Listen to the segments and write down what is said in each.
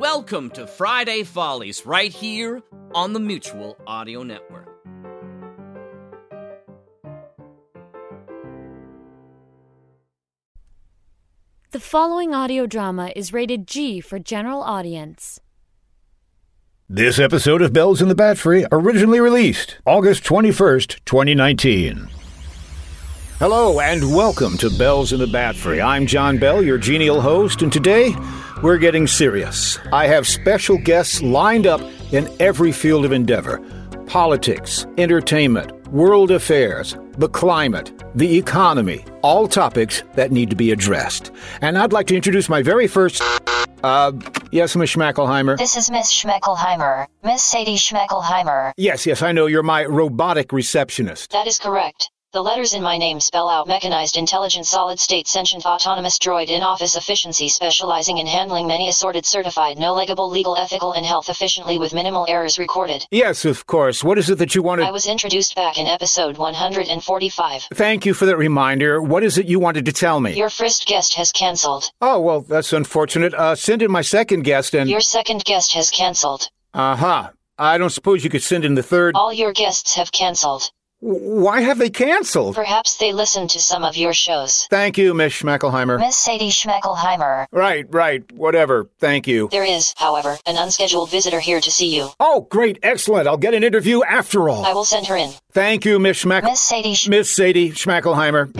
Welcome to Friday Follies, right here on the Mutual Audio Network. The following audio drama is rated G for general audience. This episode of Bells in the Bat Free originally released August 21st, 2019. Hello and welcome to Bells in the Bat Free. I'm John Bell, your genial host, and today we're getting serious. I have special guests lined up in every field of endeavor politics, entertainment, world affairs, the climate, the economy, all topics that need to be addressed. And I'd like to introduce my very first. Uh, yes, Ms. Schmackelheimer. This is Miss Schmeckelheimer. Miss Sadie Schmeckelheimer. Yes, yes, I know you're my robotic receptionist. That is correct. The letters in my name spell out mechanized intelligent solid state sentient autonomous droid in office efficiency specializing in handling many assorted certified no leggable legal ethical and health efficiently with minimal errors recorded. Yes, of course. What is it that you wanted? I was introduced back in episode 145. Thank you for that reminder. What is it you wanted to tell me? Your first guest has cancelled. Oh, well, that's unfortunate. Uh, send in my second guest and. Your second guest has cancelled. Uh huh. I don't suppose you could send in the third. All your guests have cancelled. W- Why have they canceled? Perhaps they listened to some of your shows. Thank you, Miss Schmackelheimer. Miss Sadie Schmeckelheimer. Right, right, whatever. Thank you. There is, however, an unscheduled visitor here to see you. Oh, great, excellent. I'll get an interview after all. I will send her in. Thank you, Miss Schmackel. Miss Sadie Sch- Miss Sadie Schmackelheimer.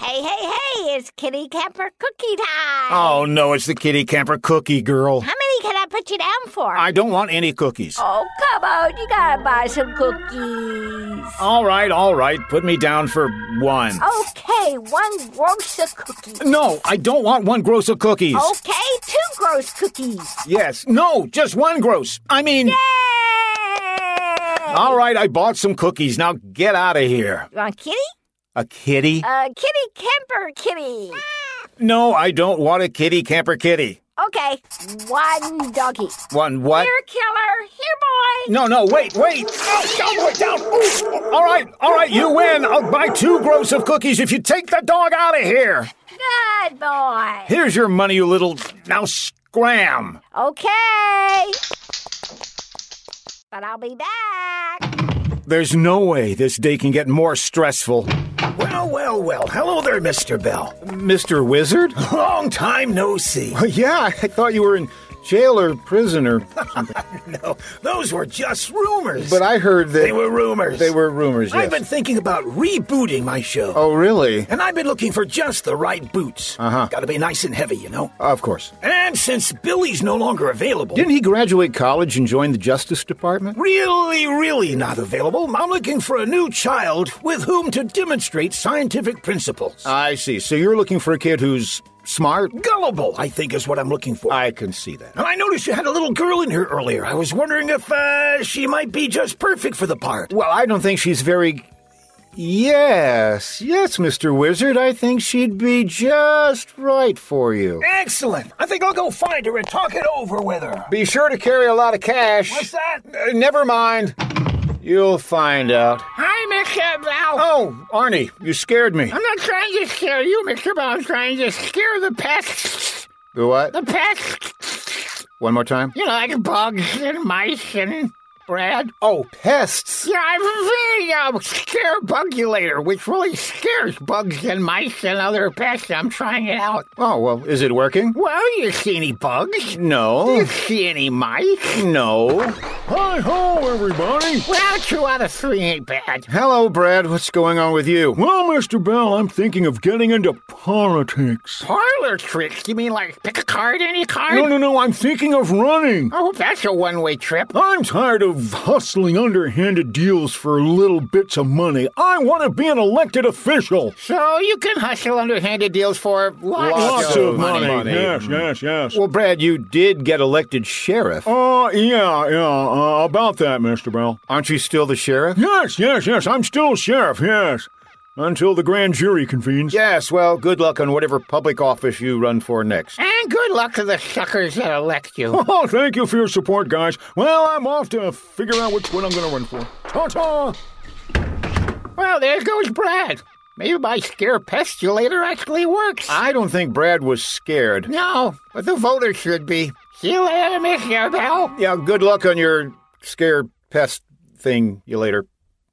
Hey, hey, hey, it's Kitty Camper cookie time. Oh, no, it's the kitty camper cookie girl. How many can I put you down for? Oh. I don't want any cookies. oh, come on, you gotta buy some cookies. All right, all right. Put me down for one. Okay, one gross of cookies. No, I don't want one gross of cookies. Okay, two gross cookies. Yes, no, just one gross. I mean, Yay! all right, I bought some cookies. Now get out of here. You want kitty? A kitty? Uh, kitty camper kitty. no, I don't want a kitty camper kitty. Okay, one doggy. One what? Here, killer. Here, boy. No, no, wait, wait. Oh, down, boy, down. Ooh. All right, all right, you win. I'll buy two gross of cookies if you take the dog out of here. Good boy. Here's your money, you little. Now scram. Okay. But I'll be back. There's no way this day can get more stressful. Oh, Well, well, well. Hello there, Mr. Bell. Mr. Wizard? Long time no see. yeah, I thought you were in jail or prison or something. No, those were just rumors. But I heard that They were rumors. They were rumors. Yes. I've been thinking about rebooting my show. oh, really? And I've been looking for just the right boots. Uh-huh. Gotta be nice and heavy, you know? Of course. And since Billy's no longer available. Didn't he graduate college and join the Justice Department? Really, really not available. I'm looking for a new child with whom to demonstrate scientific principles. I see. So you're looking for a kid who's smart? Gullible, I think, is what I'm looking for. I can see that. And I noticed you had a little girl in here earlier. I was wondering if uh, she might be just perfect for the part. Well, I don't think she's very. Yes, yes, Mr. Wizard. I think she'd be just right for you. Excellent. I think I'll go find her and talk it over with her. Be sure to carry a lot of cash. What's that? Uh, never mind. You'll find out. Hi, Mr. Bell. Oh, Arnie, you scared me. I'm not trying to scare you, Mr. Bell. I'm trying to scare the pests. The what? The pests. One more time. You know, like bugs and mice and bread. Oh, pests. Yeah, I have a video, Scare Bugulator, which really scares bugs and mice and other pests. I'm trying it out. Oh, well, is it working? Well, you see any bugs? No. You see any mice? No. Hi ho, everybody! Well, two out of three ain't bad. Hello, Brad. What's going on with you? Well, Mr. Bell, I'm thinking of getting into politics. Parlor tricks? You mean like pick a card, any card? No, no, no, I'm thinking of running. Oh, that's a one-way trip. I'm tired of hustling underhanded deals for little bits of money. I want to be an elected official. So you can hustle underhanded deals for lots, Lots of money. money. Money. Yes, yes, yes. Well, Brad, you did get elected sheriff. Uh, yeah, yeah, uh, about that, Mr. Bell. Aren't you still the sheriff? Yes, yes, yes, I'm still sheriff, yes. Until the grand jury convenes. Yes, well, good luck on whatever public office you run for next. And good luck to the suckers that elect you. Oh, thank you for your support, guys. Well, I'm off to figure out which one I'm going to run for. Ta ta! well, there goes Brad. Maybe my scare pestulator actually works. I don't think Brad was scared. no, but the voters should be. See you later, Mr. Bell. Yeah, good luck on your scared pest thing you later.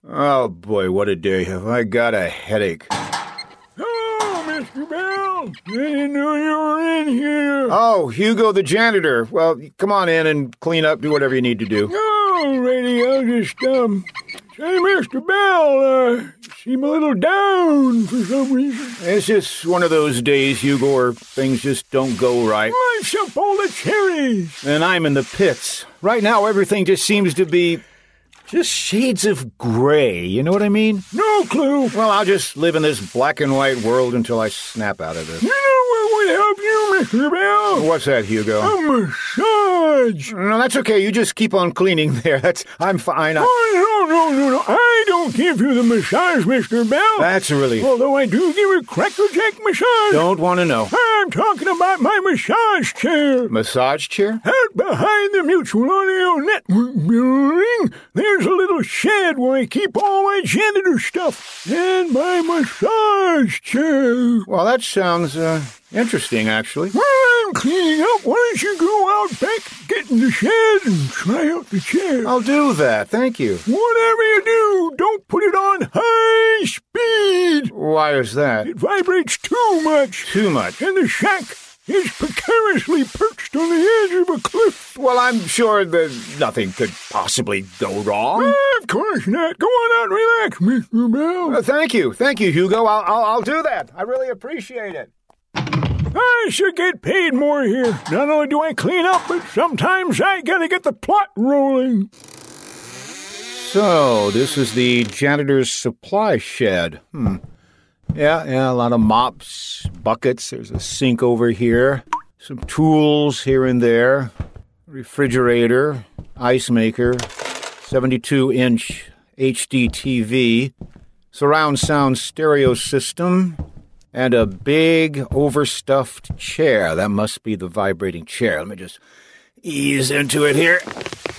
Oh, boy, what a day. Have I got a headache. Hello, Mr. Oh, Bell! I didn't know you were in here. Oh, Hugo the janitor. Well, come on in and clean up, do whatever you need to do. Alrighty, I'll just, um, say, Mr. Bell, uh, seem a little down for some reason. It's just one of those days, Hugo, where things just don't go right. Life's up all the cherries. and I'm in the pits. Right now, everything just seems to be just shades of gray. You know what I mean? No clue. Well, I'll just live in this black and white world until I snap out of it. You know what would help you, Mr. Bell? What's that, Hugo? A massage. No, that's okay. You just keep on cleaning there. That's I'm fine. I- Oh, no, no, no, no. I don't give you the massage, Mr. Bell. That's a relief. Although I do give a Cracker Jack massage. Don't want to know. I'm talking about my massage chair. Massage chair? Out behind the Mutual Audio Network building, there's a little shed where I keep all my janitor stuff and my massage chair. Well, that sounds uh, interesting, actually. While I'm cleaning up, why don't you go out back, get in the shed, and try out the chair? I'll do that. Thank you. Whatever you do, don't put it on high speed. Why is that? It vibrates too much, Too much. and the shack is precariously perched on the edge of a cliff. Well, I'm sure that nothing could possibly go wrong. Ah, Of course not. Go on out and relax, Mr. Bell. Uh, thank you, thank you, Hugo. I'll, I'll I'll do that. I really appreciate it. I should get paid more here. Not only do I clean up, but sometimes I gotta get the plot rolling. So this is the janitor's supply shed. Hmm. Yeah, yeah. A lot of mops, buckets. There's a sink over here. Some tools here and there. Refrigerator, ice maker, 72-inch HD TV, surround sound stereo system, and a big overstuffed chair. That must be the vibrating chair. Let me just ease into it here.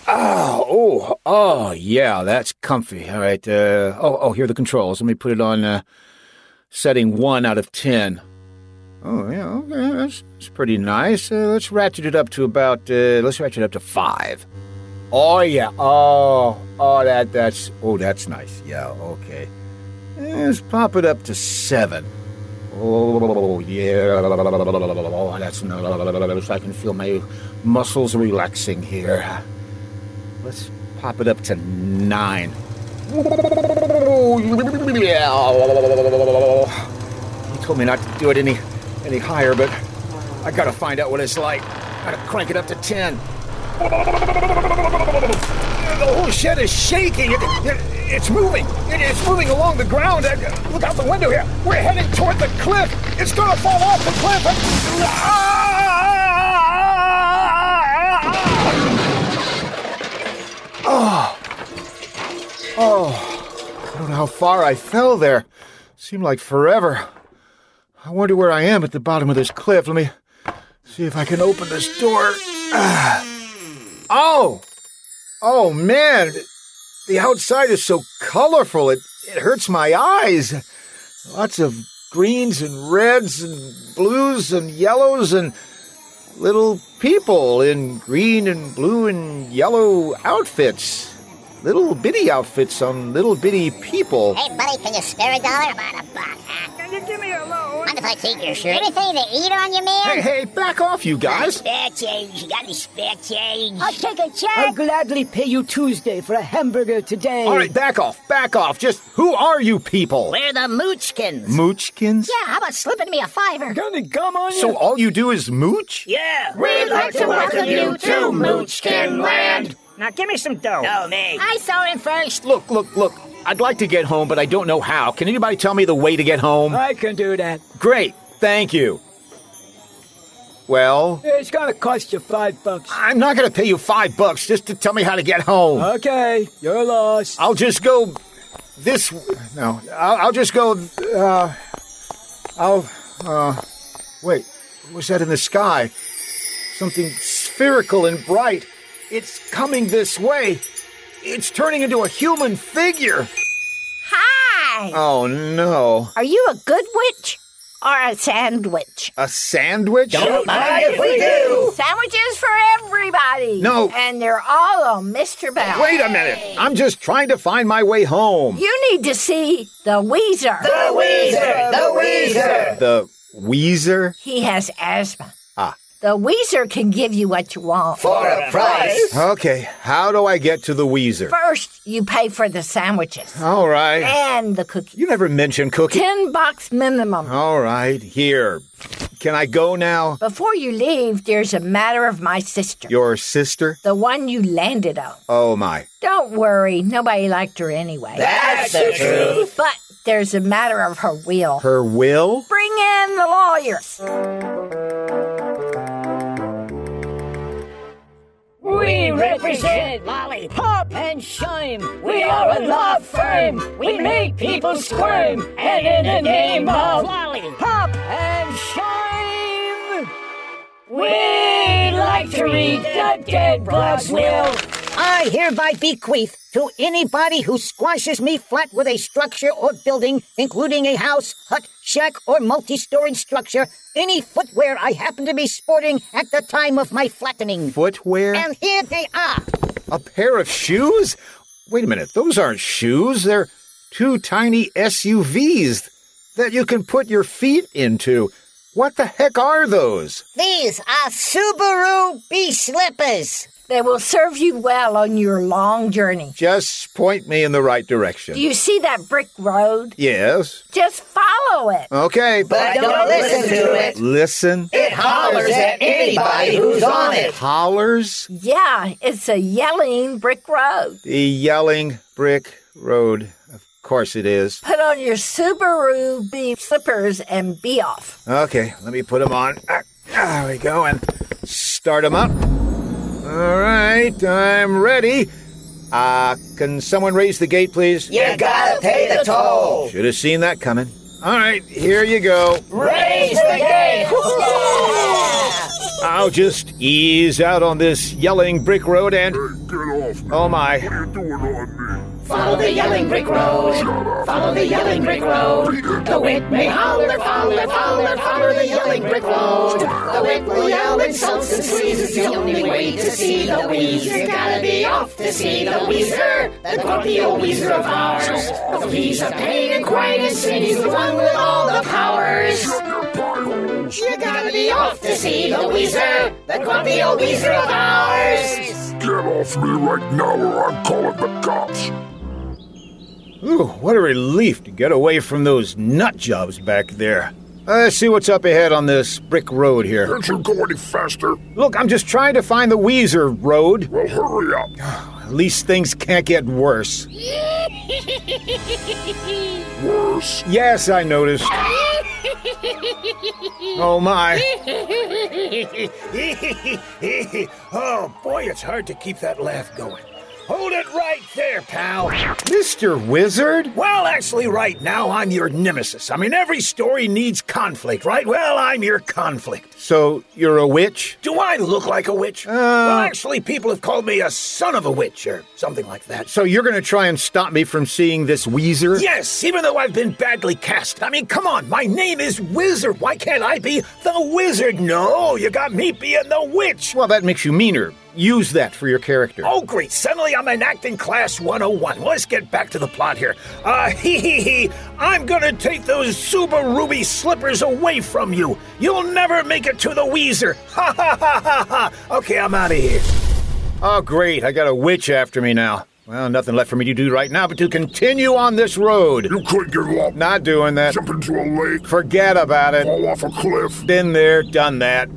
Oh, oh, oh, yeah, that's comfy. All right. Uh, oh, oh, here are the controls. Let me put it on uh, setting one out of ten. Oh, yeah, okay, that's, that's pretty nice. Uh, let's ratchet it up to about. Uh, let's ratchet it up to five. Oh yeah. Oh, oh, that that's. Oh, that's nice. Yeah. Okay. Eh, Let's pop it up to seven. Oh yeah, oh, that's nice. I can feel my muscles relaxing here. Let's pop it up to nine. He told me not to do it any any higher, but I gotta find out what it's like. Gotta crank it up to ten. The whole shed is Oh, shaking. It, it- it's moving. It- it's moving along the ground. Uh, Look out the window here. We're heading toward the cliff. It's gonna fall off the cliff. Ah! Oh. I don't know how far I fell there. Seemed like forever. I wonder where I am at the bottom of this cliff. Let me see if I can open this door. Ah. Oh! Oh man! The outside is so colorful, it, it hurts my eyes. Lots of greens and reds and blues and yellows and little people in green and blue and yellow outfits. Little bitty outfits on little bitty people. Hey, buddy, can you spare a dollar? About a buck, huh? Can you give me a loan? I'm mind if I take your shirt? Anything to eat on you, man? Hey, hey, back off, you guys. Spare change. You got any spare change? I'll take a check. I'll gladly pay you Tuesday for a hamburger today. All right, back off, back off. Just who are you people? We're the Moochkins. Moochkins? Yeah, how about slipping me a fiver? Got any gum on you? So all you do is mooch? Yeah. We'd like to welcome you to Moochkin Land. Now give me some dough. No, me. I saw him first. Look, look, look. I'd like to get home, but I don't know how. Can anybody tell me the way to get home? I can do that. Great. Thank you. Well, It's gonna cost you five bucks. I'm not going to pay you five bucks just to tell me how to get home. Okay, you're lost. I'll just go this. No, I'll, I'll just go. Uh, I'll. Uh, wait, what's that in the sky? Something spherical and bright. It's coming this way. It's turning into a human figure. Hi! Oh no. Are you a good witch or a sandwich? A sandwich? Sandwiches for everybody. No. And they're all on Mr. Bell. Wait a minute. I'm just trying to find my way home. You need to see the Weezer. The Weezer! The Weezer! The Weezer? He has asthma. Ah. The Weezer can give you what you want. For a price! Okay, how do I get to the Weezer? First, you pay for the sandwiches Oh, All right. and the cookies. You never mention cookie. Ten bucks minimum. All right, here. Can I go now? Before you leave, there's a matter of my sister, Your sister? the one you landed on. Oh my. Don't worry, nobody liked her anyway. That's the truth! But there's a matter of her will. Her will? Bring in the lawyers. We represent lollipop and shame. We are a law firm. We make people squirm. And in the name of lollipop and shame, we like to read the dead blood's will. I hereby bequeath to anybody who squashes me flat with a structure or building, including a house, hut, shack, or multi story structure, any footwear I happen to be sporting at the time of my flattening. Footwear? And here they are. A pair of shoes? Wait a minute, those aren't shoes. They're two tiny SUVs that you can put your feet into. What the heck are those? These are Subaru B slippers. They will serve you well on your long journey. Just point me in the right direction. Do you see that brick road? Yes. Just follow it. Okay. But don't listen to it. Listen. It hollers at anybody who's on it. Hollers? Yeah, it's a yelling brick road. The yelling brick road. Of course it is. Put on your Subaru B slippers and be off. Okay, let me put them on. Ah, ah, There we go, and start them up. All right, I'm ready. Uh, can someone raise the gate, please? You gotta pay the toll. Should have seen that coming. All right, here you go. Raise the gate. I'll just ease out on this yelling brick road and. Get off. Oh my. You're doing on me. Follow the yelling brick road. Follow the yelling brick road. The wind may holler, holler, holler, holler the yelling brick road. The wind will yell insults and sneezes. The only way to see the Weezer. Gotta be off to see the Weezer. The grumpy old Weezer of ours. Oh, he's a pain and quite and sin. He's the one with all the powers. You gotta be off to see the Weezer. The grumpy old Weezer of ours. Get off me right now or I'm calling the cops. Ooh, what a relief to get away from those nut jobs back there. Uh, Let's see what's up ahead on this brick road here. Can't you go any faster? Look, I'm just trying to find the Weezer Road. Well, hurry up. At least things can't get worse. Worse. Yes, I noticed. Oh my. oh, boy, it's hard to keep that laugh going. Hold it right there, pal. Mr. Wizard? Well, actually, right now, I'm your nemesis. I mean, every story needs conflict, right? Well, I'm your conflict. So, you're a witch? Uh. Do I look like a witch? well, actually, people have called me a son of a witch or something like that. So, you're gonna try and stop me from seeing this Weezer? Yes, even though I've been badly cast. I mean, come on, my name is Wizard. Why can't I be the Wizard? No, you got me being the witch. Well, that makes you meaner, Use that for your character. Oh, great. Suddenly I'm enacting Class 101. Let's get back to the plot here. Uh, hee hee hee. I'm gonna take those Super Ruby slippers away from you. You'll never make it to the Weezer. Ha ha ha ha ha. Okay, I'm out of here. Oh, great. I got a witch after me now. Well, nothing left for me to do right now but to continue on this road. You could give up. Not doing that. Jump into a lake. Forget about it. Fall off a cliff. Been there, done that.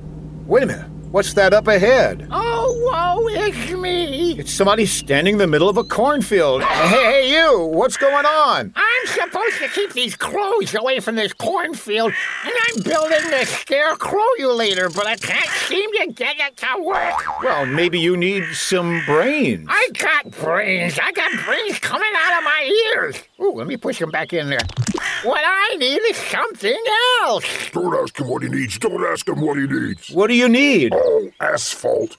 Wait a minute. What's that up ahead? Oh, whoa, it's me. It's somebody standing in the middle of a cornfield. Ah. Hey, hey, you! What's going on? I'm supposed to keep these crows away from this cornfield, and I'm building the scarecrow you later, but I can't seem to get it to work. Well, maybe you need some brains. I got brains. I got brains coming out of my ears. Ooh, let me push them back in there. What I need is something else. Don't ask him what he needs. Don't ask him what he needs. What do you need? Oh, asphalt.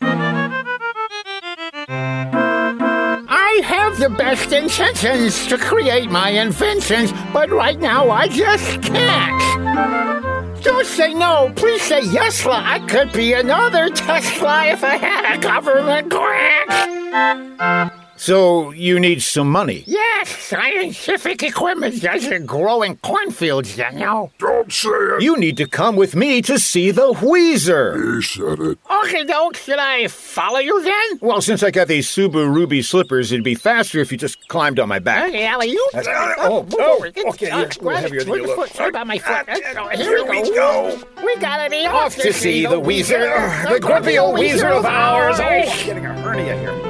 I have the best intentions to create my inventions, but right now I just can't. Don't say no, please say yes, La. I could be another Tesla if I had a government grant. So you need some money? Yes, scientific equipment doesn't grow in cornfields, you know. Don't say it. You need to come with me to see the Wheezer. He said it. Okay, Doc, should I follow you then? Well, since I got these Subaru Ruby slippers, it'd be faster if you just climbed on my back. Okay, Allie, you. That's, uh, oh, oh, oh, okay, you're a little heavier than you look. Sorry about my foot. Ah, Oh, here we go. We gotta be Off to see the Wheezer, the grumpy old Wheezer of ours. Oh, getting a hernia here.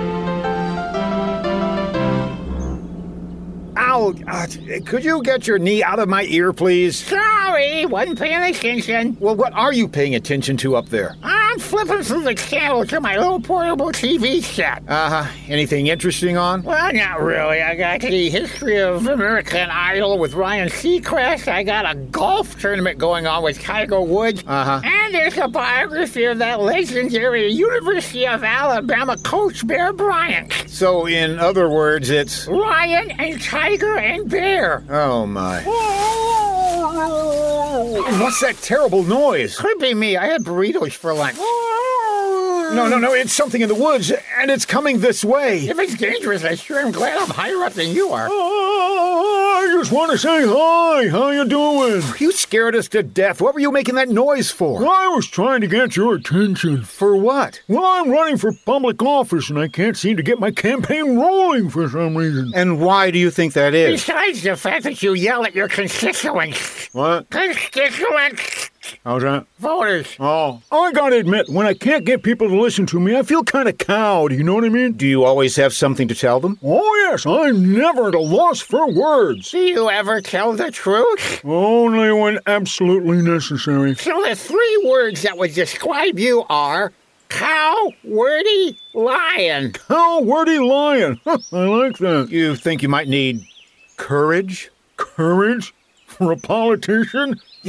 Ow! Uh, could you get your knee out of my ear, please? Sorry, wasn't paying attention. Well, what are you paying attention to up there? I'm flipping through the channel to my little portable TV set. Uh huh. Anything interesting on? Well, not really. I got the history of American Idol with Ryan Seacrest. I got a golf tournament going on with Tiger Woods. Uh-huh. And there's a biography of that legendary University of Alabama coach Bear Bryant. So, in other words, it's. Ryan and Tiger and Bear. Oh my. What's that terrible noise? Could be me. I had burritos for lunch. No, no, no. It's something in the woods, and it's coming this way. If it's dangerous, I sure am glad I'm higher up than you are. Oh, I just want to say hi. How you doing? You scared us to death. What were you making that noise for? I was trying to get your attention. For what? Well, I'm running for public office and I can't seem to get my campaign rolling for some reason. And why do you think that is? Besides the fact that you yell at your constituents. What? Constituents. How's that? Voters. Oh. I gotta admit, when I can't get people to listen to me, I feel kinda cowed, you know what I mean? Do you always have something to tell them? Oh, yes, I'm never at a loss for words. Do you ever tell the truth? Only when absolutely necessary. So the three words that would describe you are cow, wordy, lion. Cowardy lion. I like that. You think you might need courage? Courage? For a politician?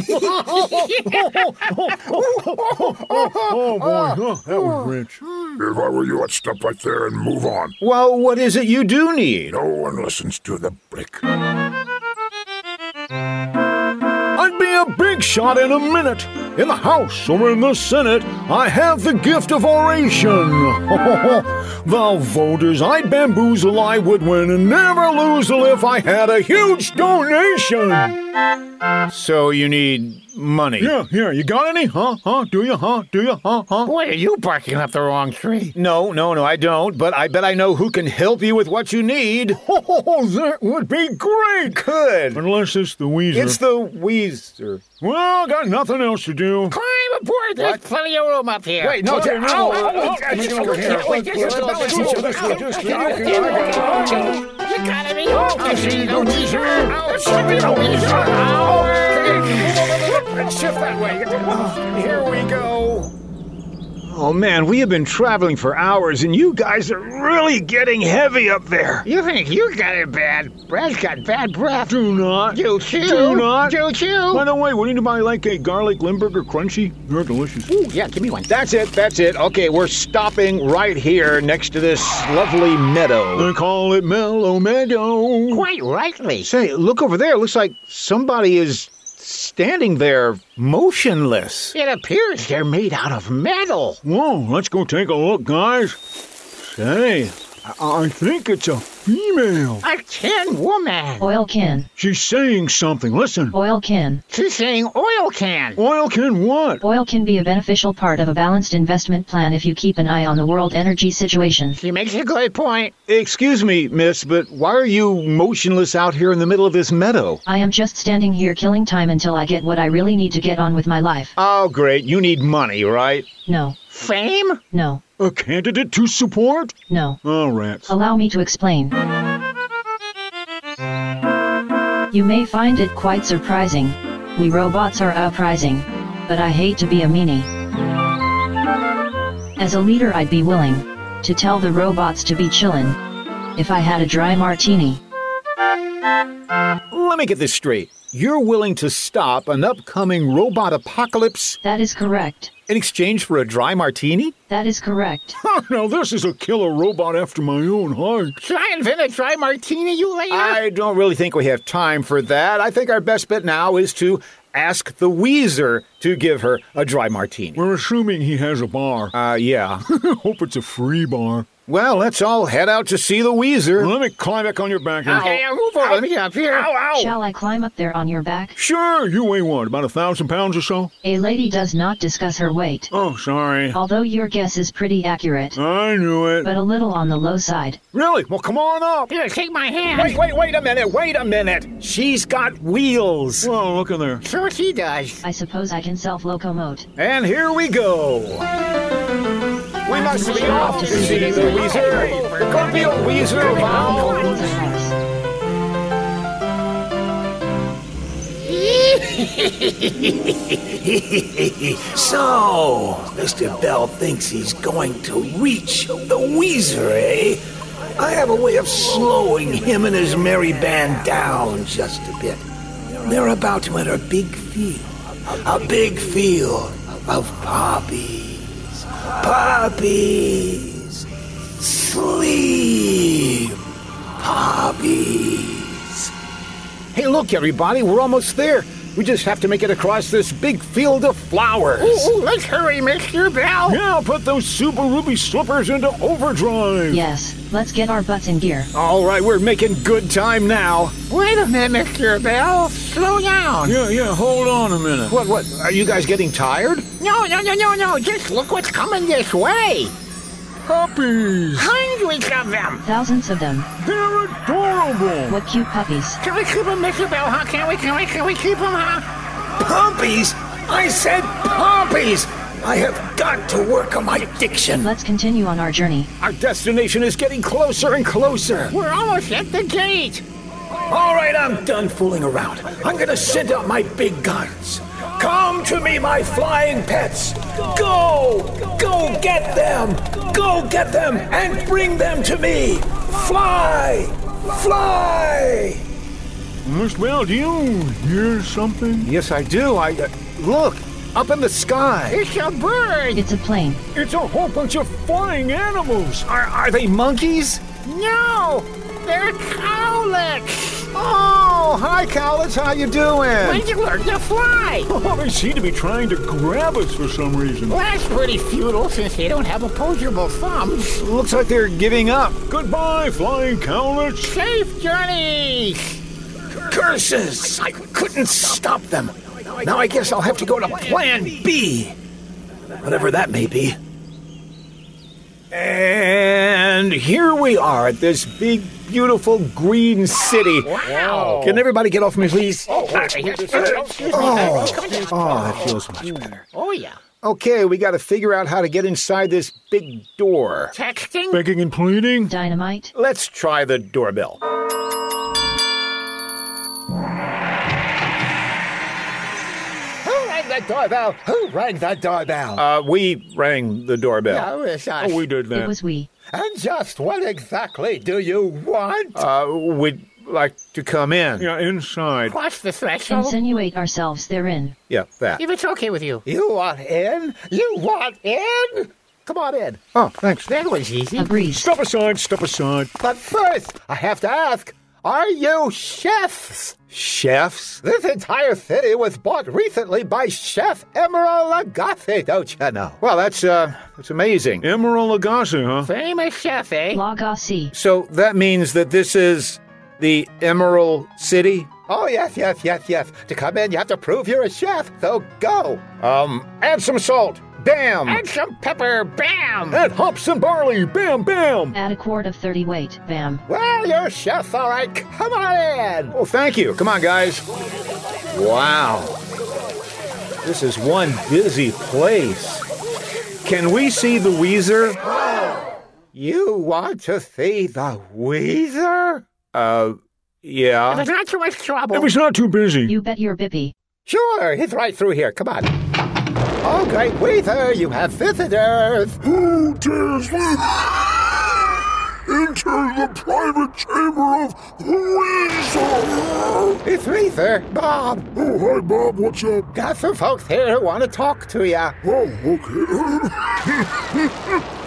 Oh, boy. Ah. Oh, that was rich. If I were you, I'd stop right there and move on. Well, what is it you do need? No one listens to the brick. I'd be a big shot in a minute. In the House or in the Senate, I have the gift of oration. the voters I'd bamboozle, I would win and never lose if I had a huge donation. So you need money. Yeah, yeah, you got any? Huh? Huh? Do you? Huh? Do you? Huh? Huh? Boy, are you barking up the wrong tree. No, no, no, I don't, but I bet I know who can help you with what you need. Oh, that would be great. Good. Unless it's the Weezer. It's the Weezer. Well, got nothing else to do. Climb aboard. There's What? plenty of room up here. Wait, no, Ow, Jack- ow, no, ow, no, ow, no, just no, go no, here. no, Wait, just no, go, no, just no, go, no, just go, no, no, just no, go. no, You gotta be off. You see, no leisure. There should be no leisure. Ow. Shift that way. Here we go. Oh man, we have been traveling for hours and you guys are really getting heavy up there. You think you got it bad? Brad's got bad breath. Do not. Choo choo. Do not. Choo By choo. the way, would anybody like a garlic Limburger crunchy? They're delicious. Ooh, yeah, give me one. That's it, that's it. Okay, we're stopping right here next to this lovely meadow. They call it Mellow Meadow. Quite rightly. Say, look over there. Looks like somebody is standing there motionless. It appears they're made out of metal. Whoa, let's go take a look, guys. Say, I, I think it's a female. A tin woman. Oil can. She's saying something. Listen. Oil can. She's saying oil can. Oil can what? Oil can be a beneficial part of a balanced investment plan if you keep an eye on the world energy situation. She makes a good point. Excuse me, miss, but why are you motionless out here in the middle of this meadow? I am just standing here killing time until I get what I really need to get on with my life. Oh, great. You need money, right? No. Fame? No. A candidate to support? No. All right. Allow me to explain. You may find it quite surprising. We robots are uprising. But I hate to be a meanie. As a leader, I'd be willing to tell the robots to be chillin' if I had a dry martini. Let me get this straight. You're willing to stop an upcoming robot apocalypse That is correct. in exchange for a dry martini? That is correct. now, this is a killer robot after my own heart. Should I invent a dry martini, you later? I don't really think we have time for that. I think our best bet now is to ask the Weezer to give her a dry martini. We're assuming he has a bar. Uh, yeah. Hope it's a free bar. Well, let's all head out to see the Weezer. Let me climb back on your back. here. Okay, I'll move over. Let me get up here. Ow, Shall I climb up there on your back? Sure, you weigh what? About a thousand pounds or so? A lady does not discuss her weight, Oh, sorry. although your guess is pretty accurate, I knew it. but a little on the low side. Really? Well, come on up. Here, take my hand. Wait, wait, wait a minute, wait a minute. She's got wheels. Whoa, look in there. Sure she does. I suppose I can self locomote. And here we go. We must be off to see the Weezer. Grumpy old Weezer bound. so, Mr. Bell thinks he's going to reach the Weezer, eh? I have a way of slowing him and his merry band down just a bit. They're about to enter a big field. A big field of poppies. Poppies. Sleep. Poppies. Hey, look, everybody, we're almost there. We just have to make it across this big field of flowers. Ooh, ooh, let's hurry, Mr. Bell. Yeah, put those Super Ruby slippers into overdrive. Yes, let's get our butts in gear. All right, we're making good time now. Wait a minute, Mr. Bell. Slow down. Oh, Yeah, yeah, hold on a minute. What, what? Are you guys getting tired? No, no, no, no, no. Just look what's coming this way. Puppies! Hundreds of them. Thousands of them. They're adorable! What cute puppies. Can we keep them, Mr. Bell, huh? Can we, can we, can we keep them, huh? Poppies? I said poppies! I have got to work on my diction. Let's continue on our journey. Our destination is getting closer and closer. We're almost at the gate. All right, I'm done fooling around. I'm gonna send out my big guns. Come to me, my flying pets. Go, go get them. Go get them and bring them to me. Fly, fly. Miss Bell, do you hear something? Yes, I do. I uh, look up in the sky. It's a bird. It's a plane. It's a whole bunch of flying animals! Are are they monkeys? No, they're cowlicks. Oh, hi, Cowlitz. How you When doing? did you learn to fly? Oh, they seem to be trying to grab us for some reason. Well, that's pretty futile since they don't have opposable thumbs. Looks like they're giving up. Goodbye, flying cowlets! Safe journeys. Curses! I couldn't stop them. Now I guess I'll have to go to Plan B. Whatever that may be. And here we are at this big, beautiful green city. Wow. Can everybody get off me, please? Oh, Oh, oh, that feels much better. oh yeah. Okay, we got to figure out how to get inside this big door. Texting? Begging and pleading? Dynamite. Let's try the doorbell. Who rang the doorbell? Who rang the doorbell? Uh, we rang the doorbell. no, it's us. Oh, we did It that. was we. And just what exactly do you want? Uh, we'd like to come in. Yeah, inside. Cross the threshold. Insinuate ourselves therein. Yeah, that. If it's okay with you. You want in? You want in? Come on in. Oh, thanks. That was easy. A breeze. Step aside, step aside. But first, I have to ask, Are you chefs? Chefs? This entire city was bought recently by Chef Emeril Lagasse, don't you know? Well, that's uh, that's amazing. Emeril Lagasse, huh? Famous chef, eh? Lagasse. So that means that this is the Emerald City. Oh, yes, yes, yes, yes. To come in, you have to prove you're a chef, so go. Um, add some salt. Bam! Add some pepper, bam! Add hops and barley, bam, bam! Add a quart of 30 weight, bam. Well, you're chef, uh, all right. Come on in. Oh, thank you. Come on, guys. Wow. This is one busy place. Can we see the Weezer? You want to see the Weezer? Uh, yeah. It was not too much trouble. It was not too busy. You bet your bippy. Sure, he's right through here. Come on. Oh, great Weezer, you have visitors. Who dares leave? Enter the private chamber of Weezer! It's Weezer, Bob. Oh, hi, Bob. What's up? Got some folks here who want to talk to you.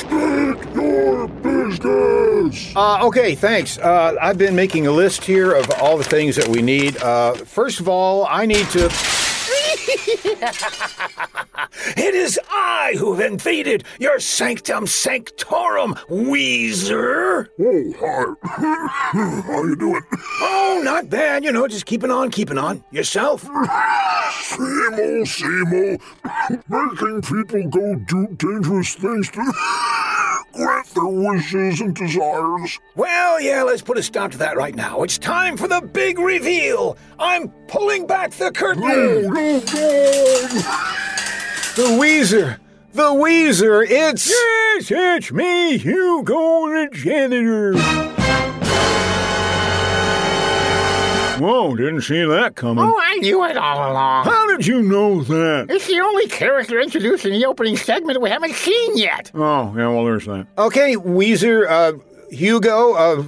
Oh, okay. State your business. Uh, okay, thanks. Uh, I've been making a list here of all the things that we need. Uh, first of all, I need to. it is I who've invaded your sanctum sanctorum, Weezer. Oh, hi. How you doing? Oh, not bad. You know, just keeping on, keeping on. Yourself? same old, same old. Making people go do dangerous things to grant their wishes and desires. Well, yeah, let's put a stop to that right now. It's time for the big reveal. I'm pulling back the curtain. No, no, no. The Weezer! The Weezer! It's. Yes, it's me, Hugo the janitor. Whoa, didn't see that coming. Oh, I knew it all along. How did you know that? It's the only character introduced in the opening segment we haven't seen yet. Oh, yeah, well, there's that. Okay, Weezer, uh, Hugo, uh,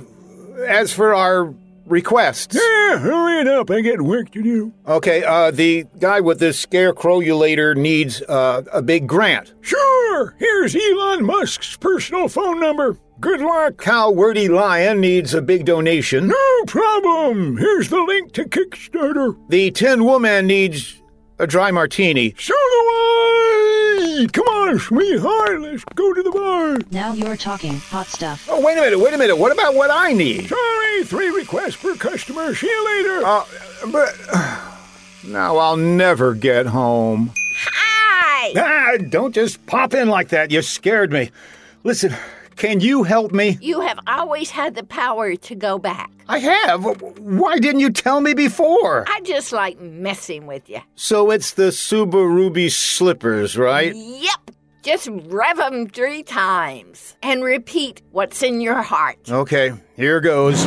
as for our requests. Yeah, hurry it up. I got work to do. Okay, uh, the guy with this scarecrowulator needs uh, a big grant. Sure. Here's Elon Musk's personal phone number. Good luck. Cow Wordy Lion needs a big donation. No problem. Here's the link to Kickstarter. The Tin Woman needs a dry martini. So do I. Come on, sweetheart. Let's go to the bar. Now you're talking hot stuff. Oh, wait a minute, wait a minute. What about what I need? Sorry, three requests per customer. See you later. Uh, but. now I'll never get home. Hi! Ah, don't just pop in like that. You scared me. Listen, can you help me? You have always had the power to go back. I have. Why didn't you tell me before? I just like messing with you. So it's the Subarubi slippers, right? Yep. Just rev 'em three times and repeat what's in your heart. Okay, here goes.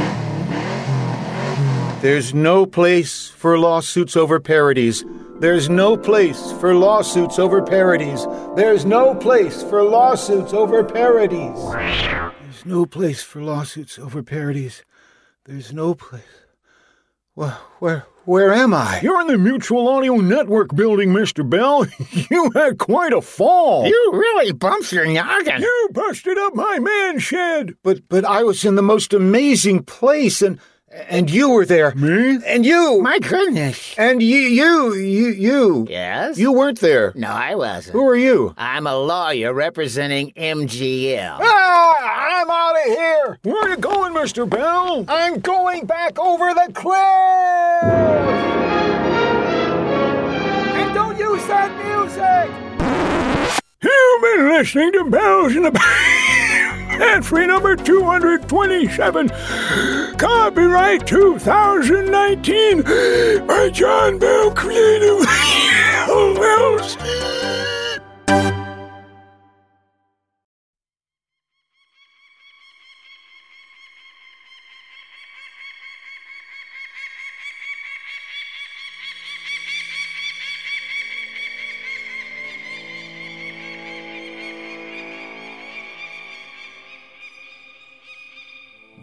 There's no place for lawsuits over parodies. There's no place for lawsuits over parodies. There's no place for lawsuits over parodies. There's no place for lawsuits over parodies. There's no place. Where, where, where am I? You're in the Mutual Audio Network building, Mr. Bell. you had quite a fall. You really bumped your noggin. You busted up my man shed. But, but I was in the most amazing place and. And you were there. Me? And you. My goodness. And you, you, you, you. Yes? You weren't there. No, I wasn't. Who are you? I'm a lawyer representing MGL. Ah, I'm out of here. Where are you going, Mr. Bell? I'm going back over the cliff. And don't use that music. You've been listening to Bells in the. Entry number 227. Copyright 2019 by John Bell Creative LLC.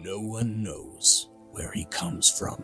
no one knows where he comes from.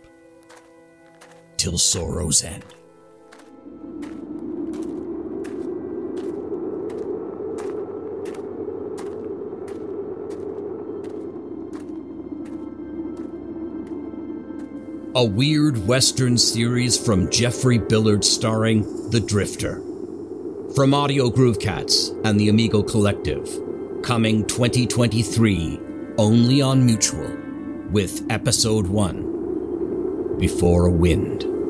till sorrow's end. A weird Western series from Jeffrey Billard starring The Drifter. From Audio Groovecats and the Amigo Collective. Coming 2023, only on Mutual, with Episode 1 Before a Wind.